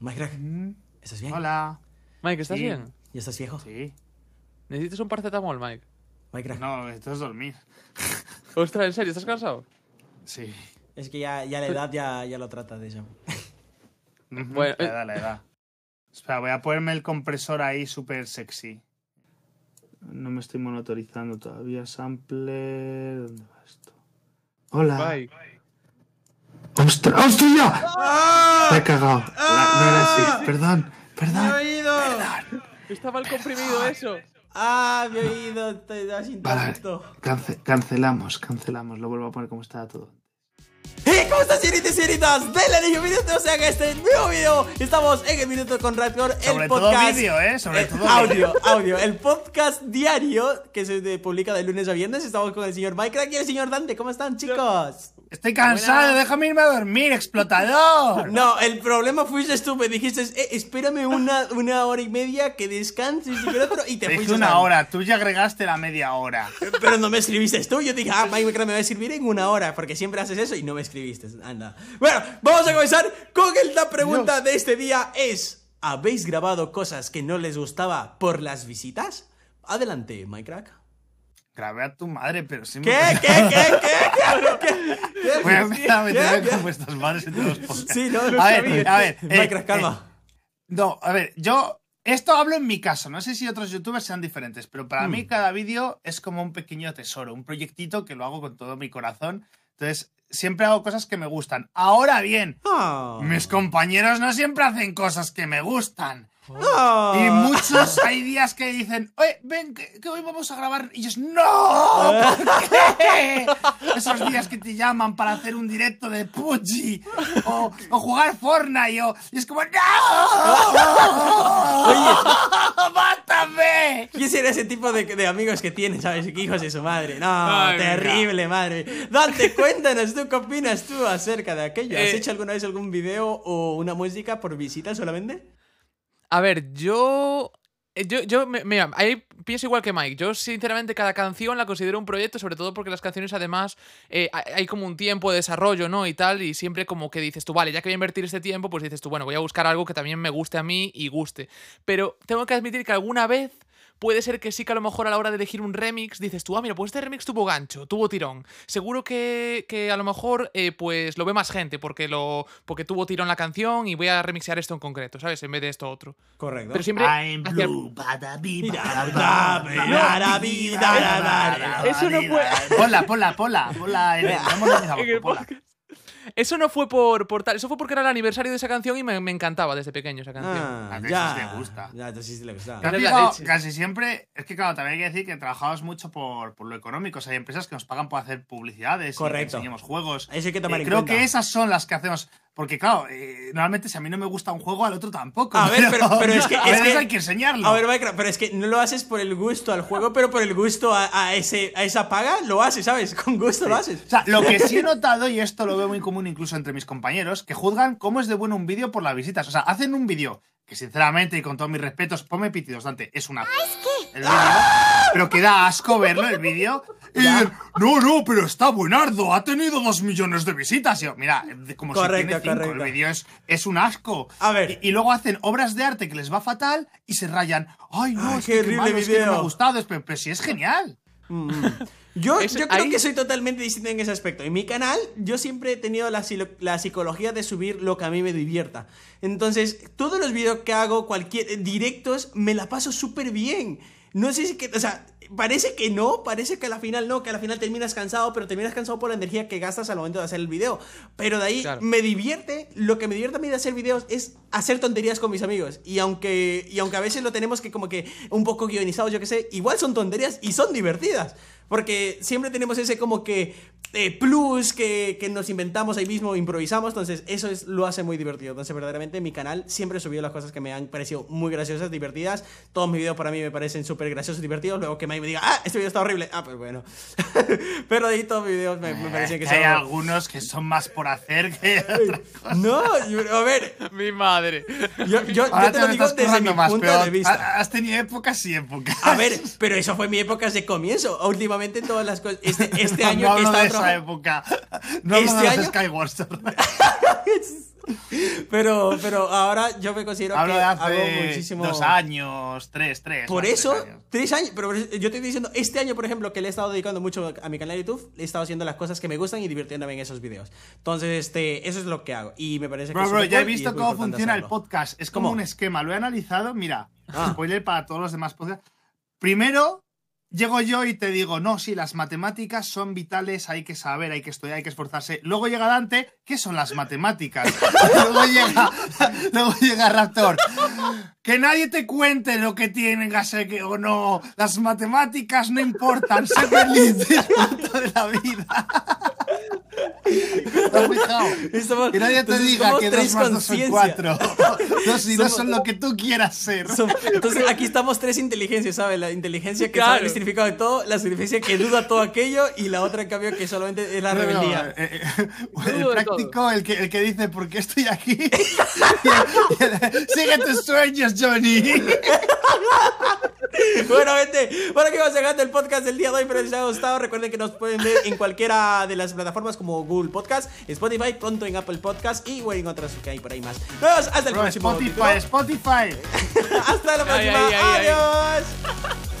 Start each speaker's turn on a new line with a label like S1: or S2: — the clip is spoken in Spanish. S1: Mike Greg,
S2: Mm.
S1: ¿estás bien?
S2: Hola.
S3: Mike, ¿estás
S2: Sí.
S3: bien?
S1: ¿Ya estás viejo?
S2: Sí.
S3: ¿Necesitas un paracetamol, Mike?
S1: Mike Greg.
S2: No, esto es dormir.
S3: Ostras, ¿en serio? ¿Estás cansado?
S2: Sí.
S1: Es que ya, ya la edad ya, ya lo trata de eso.
S2: Ujú,
S3: Bueno,
S2: la
S3: eh.
S2: edad, la edad. Espera, voy a ponerme el compresor ahí súper sexy. No me estoy monitorizando todavía. Sampler. ¿Dónde va esto? Hola.
S3: Mike.
S2: ¡Ostras! ¡Hostia!
S1: Ah.
S2: Me he cagado. La- no era así. Perdón,
S1: ¡Mi
S2: perdón.
S1: oído!
S3: Está mal comprimido eso.
S1: ¡Ah, mi oído! Estoy
S2: Vale,
S1: asintomático.
S2: cance- cancelamos, cancelamos. Lo vuelvo a poner como estaba todo.
S1: ¡Hey! ¡Eh! ¿Cómo estás, señoritas y señoritas? Denle al niño minuto, o sea que este nuevo video. Estamos en el minuto con Raptor, el
S2: Sobre todo
S1: podcast.
S2: vídeo, ¿eh? Sobre todo
S1: audio, audio. El podcast diario que se de- publica de lunes a viernes. Estamos con el señor Mike Crack y el señor Dante. ¿Cómo están, chicos?
S2: Estoy cansado, déjame irme a dormir, explotador.
S1: No, el problema fuiste tú. Me dijiste, "Eh, espérame una, una hora y media que descanses y que el otro", y te
S2: Te
S1: fuiste.
S2: hice una
S1: a-
S2: hora, tú ya agregaste la media hora.
S1: Pero no me escribiste tú. Yo dije, ah, Mike Crack me va a escribir en una hora porque siempre haces eso y no me escribiste. Anda. Bueno, vamos a comenzar con el- la pregunta de este día: es ¿habéis grabado cosas que no les gustaba por las visitas? Adelante, Mike Crack.
S2: Grabé a tu madre, pero sí me.
S1: ¿Qué? ¿Qué? ¿Qué? ¿Qué? ¿Qué? ¿Qué?
S2: Voy a empezar a meterme
S1: ¿Qué?
S2: con vuestras madres en todos los podcasts.
S1: Sí, no,
S2: A ver, a ver. eh,
S1: Minecraft, calma.
S2: No, a ver, yo. Esto hablo en mi caso, no sé si otros youtubers sean diferentes, pero para
S1: Hmm.
S2: mí cada vídeo es como un pequeño tesoro, un proyectito que lo hago con todo mi corazón. Entonces, siempre hago cosas que me gustan. Ahora bien,
S1: Ah.
S2: mis compañeros no siempre hacen cosas que me gustan.
S1: Ah.
S2: Y muchos hay días que dicen, oye, ven, que, que hoy vamos a grabar. Y ellos, ¡No! ¿Por qué? Esos días que te llaman para hacer un directo de Pucci o, o jugar Fortnite o, y es como, ¡No! ¡Mátame!
S1: ¿Quién será ese tipo de, de amigos que tiene, sabes? Que hijos de su madre. No,
S3: Ay, mira.
S1: terrible madre. Dante, cuéntanos tú qué opinas tú acerca de aquello. ¿Has
S3: Eh.
S1: hecho alguna vez algún video o una música por visita solamente?
S3: A ver, yo. eh, Yo, yo me- mira, ahí pienso igual que Mike. Yo, sinceramente, cada canción la considero un proyecto, sobre todo porque las canciones, además, eh, ha- hay como un tiempo de desarrollo, ¿no? Y tal, y siempre como que dices tú, vale, ya que voy a invertir este tiempo, pues dices tú, bueno, voy a buscar algo que también me guste a mí y guste. Pero tengo que admitir que alguna vez Puede ser que sí que a lo mejor a la hora de elegir un remix dices tú, ah, mira, pues este remix tuvo gancho, tuvo tirón. Seguro que, que a lo mejor eh, pues lo ve más gente porque, lo, porque tuvo tirón la canción y voy a remixear esto en concreto, ¿sabes? En vez de esto otro.
S1: Correcto.
S3: Pero siempre...
S2: I'm
S3: hacia-
S2: Ah, blue, bada bi,
S1: Mira,
S2: bada
S1: da,
S2: ba,
S1: da,
S2: bada
S1: da,
S2: bi,
S1: da,
S2: bada
S1: da,
S2: ba,
S1: da,
S2: bada
S3: da. Eso no
S2: bi,
S3: puede-
S2: bada. Ponla, ponla, ponla, ponla. Eren, vámonos a
S3: en el
S2: ponla.
S3: podcast. Eso no fue por, por tal, eso fue porque era el aniversario de esa canción y me, me encantaba desde pequeño esa canción.
S1: Ah,
S2: A veces
S1: ya.
S2: te gusta.
S1: Ya, entonces sí te gusta.
S2: Te has
S3: Eres la
S2: fijado,
S3: leche.
S2: casi siempre, es que claro, también hay que decir que trabajamos mucho por, por lo económico. O sea, hay empresas que nos pagan por hacer publicidades, y que
S1: Correcto.
S2: enseñemos juegos.
S1: Eso hay que tomar
S2: Eh,
S1: en
S2: creo
S1: cuenta.
S2: que esas son las que hacemos. Porque claro, eh, normalmente si a mí no me gusta un juego, al otro tampoco.
S1: A ver, pero- pero es que-
S2: a
S1: es
S2: veces
S1: que-
S2: hay que enseñarlo.
S1: A ver, Minecraft, pero es que no lo haces por el gusto al juego, pero por el gusto a, a ese, a esa paga, lo haces, ¿sabes? Con gusto lo haces.
S2: O sea, lo que sí he notado, y esto lo veo muy común incluso entre mis compañeros, que juzgan cómo es de bueno un vídeo por las visitas. O sea, hacen un vídeo que sinceramente y con todos mis respetos, ponme pitidos, Dante, es una... El vídeo, pero que da asco verlo el vídeo. Y dicen, no, no, pero está buenardo, ha tenido dos millones de visitas. Y yo, mira, de- como si
S1: Correcto,
S2: tiene cinco,
S1: correcto.
S2: el vídeo es, es un asco.
S1: A ver.
S2: Y, y luego hacen obras de arte que les va fatal y se rayan. Ay, no,
S1: Ay,
S2: es
S1: qué
S2: que qué
S1: horrible
S2: malo, es que no me ha
S1: vídeo.
S2: gustado. Es- Pero, pero sí es genial.
S1: Yo,
S3: Es-
S1: yo creo
S3: ahí-
S1: que soy totalmente distinto en ese aspecto. En mi canal, yo siempre he tenido la, silo- la psicología de subir lo que a mí me divierta. Entonces, todos los vídeos que hago, cualquier eh, directos, me la paso súper bien. No sé si que, o sea, parece que no, parece que a la final no, que a la final terminas cansado, pero terminas cansado por la energía que gastas al momento de hacer el video. Pero de ahí
S3: Claro.
S1: me divierte, lo que me divierte a mí de hacer videos es hacer tonterías con mis amigos. Y aunque, y aunque a veces lo tenemos que como que un poco guionizado, yo qué sé, igual son tonterías y son divertidas. Porque siempre tenemos ese como que eh, plus que, que nos inventamos ahí mismo, improvisamos. Entonces eso es, lo hace muy divertido. Entonces verdaderamente mi canal siempre he subido las cosas que me han parecido muy graciosas, divertidas. Todos mis videos para mí me parecen súper graciosos, divertidos. Luego que Mike me diga, ah, este video está horrible. Ah, pues bueno. Pero de ahí todos mis videos me, me parecen que
S2: Es que hay
S1: son...
S2: algunos que son más por hacer que otra cosa.
S1: No, yo- a ver,
S3: Mi madre.
S1: yo, yo- yo te lo digo desde mi punto de vista.
S2: ha- has tenido épocas y épocas.
S1: A ver, pero eso fue mi época de comienzo. Últimamente todas las cosas. Este, este año
S2: no
S1: he
S2: hablo
S1: estado
S2: de esa
S1: trabajando-
S2: época. No hablo
S1: Este
S2: de los
S1: año-
S2: Skyward Sword.
S1: Pero, pero ahora yo me considero
S2: Hablo
S1: que
S2: de hace
S1: hago muchísimo.
S2: dos años, tres, tres.
S1: Por
S2: más, tres
S1: eso,
S2: años.
S1: tres años. Pero yo te estoy diciendo, este año, por ejemplo, que le he estado dedicando mucho a mi canal de YouTube, le he estado haciendo las cosas que me gustan y divirtiéndome en esos videos. Entonces, este, eso es lo que hago. Y me parece que.
S2: Bro,
S1: es
S2: bro,
S1: súper
S2: ya he
S1: cool y es
S2: visto
S1: muy
S2: cómo
S1: importante
S2: funciona el
S1: hacerlo.
S2: podcast. Es como
S1: ¿Cómo?
S2: un esquema. Lo he analizado. Mira,
S1: Ah.
S2: spoiler para todos los demás podcasts. Primero, llego yo y te digo, no, sí, las matemáticas son vitales, hay que saber, hay que estudiar, hay que esforzarse. Luego llega Dante, ¿qué son las matemáticas? luego, llega, luego llega Raptor. Que nadie te cuente lo que tengas eh, que- o no. Las matemáticas no importan. Sé feliz, disfruta de la vida. ¿Te has fijado?
S1: Estamos-
S2: Y nadie te
S1: entonces,
S2: diga
S1: somos
S2: que dos
S1: tres
S2: más dos son
S1: conciencias.
S2: cuatro. Dos y dos
S1: Somos-
S2: son lo que tú quieras ser.
S1: Som- Entonces aquí estamos tres inteligencias, ¿sabes? La inteligencia que
S3: Claro.
S1: sabe el significado de todo, la inteligencia que duda todo aquello y la otra, en cambio, que solamente es la
S2: No, no,
S1: rebeldía.
S2: eh, eh, el
S3: Todo,
S2: práctico, el que, el que dice, ¿por qué estoy aquí? Y el- y el- Sigue tus sueños, Johnny.
S3: eh.
S1: Bueno, gente, bueno, que vamos dejando el podcast del día de hoy, pero si les ha gustado, recuerden que nos pueden ver en cualquiera de las plataformas como Google Podcast, Spotify, pronto en Apple Podcast y bueno, en otras que hay por ahí más. Nos vemos hasta el
S2: Bro,
S1: próximo
S2: Spotify,
S1: capítulo.
S2: Spotify.
S1: Hasta la
S3: Ay,
S1: próxima.
S3: ay, ay, ay.
S1: Adiós.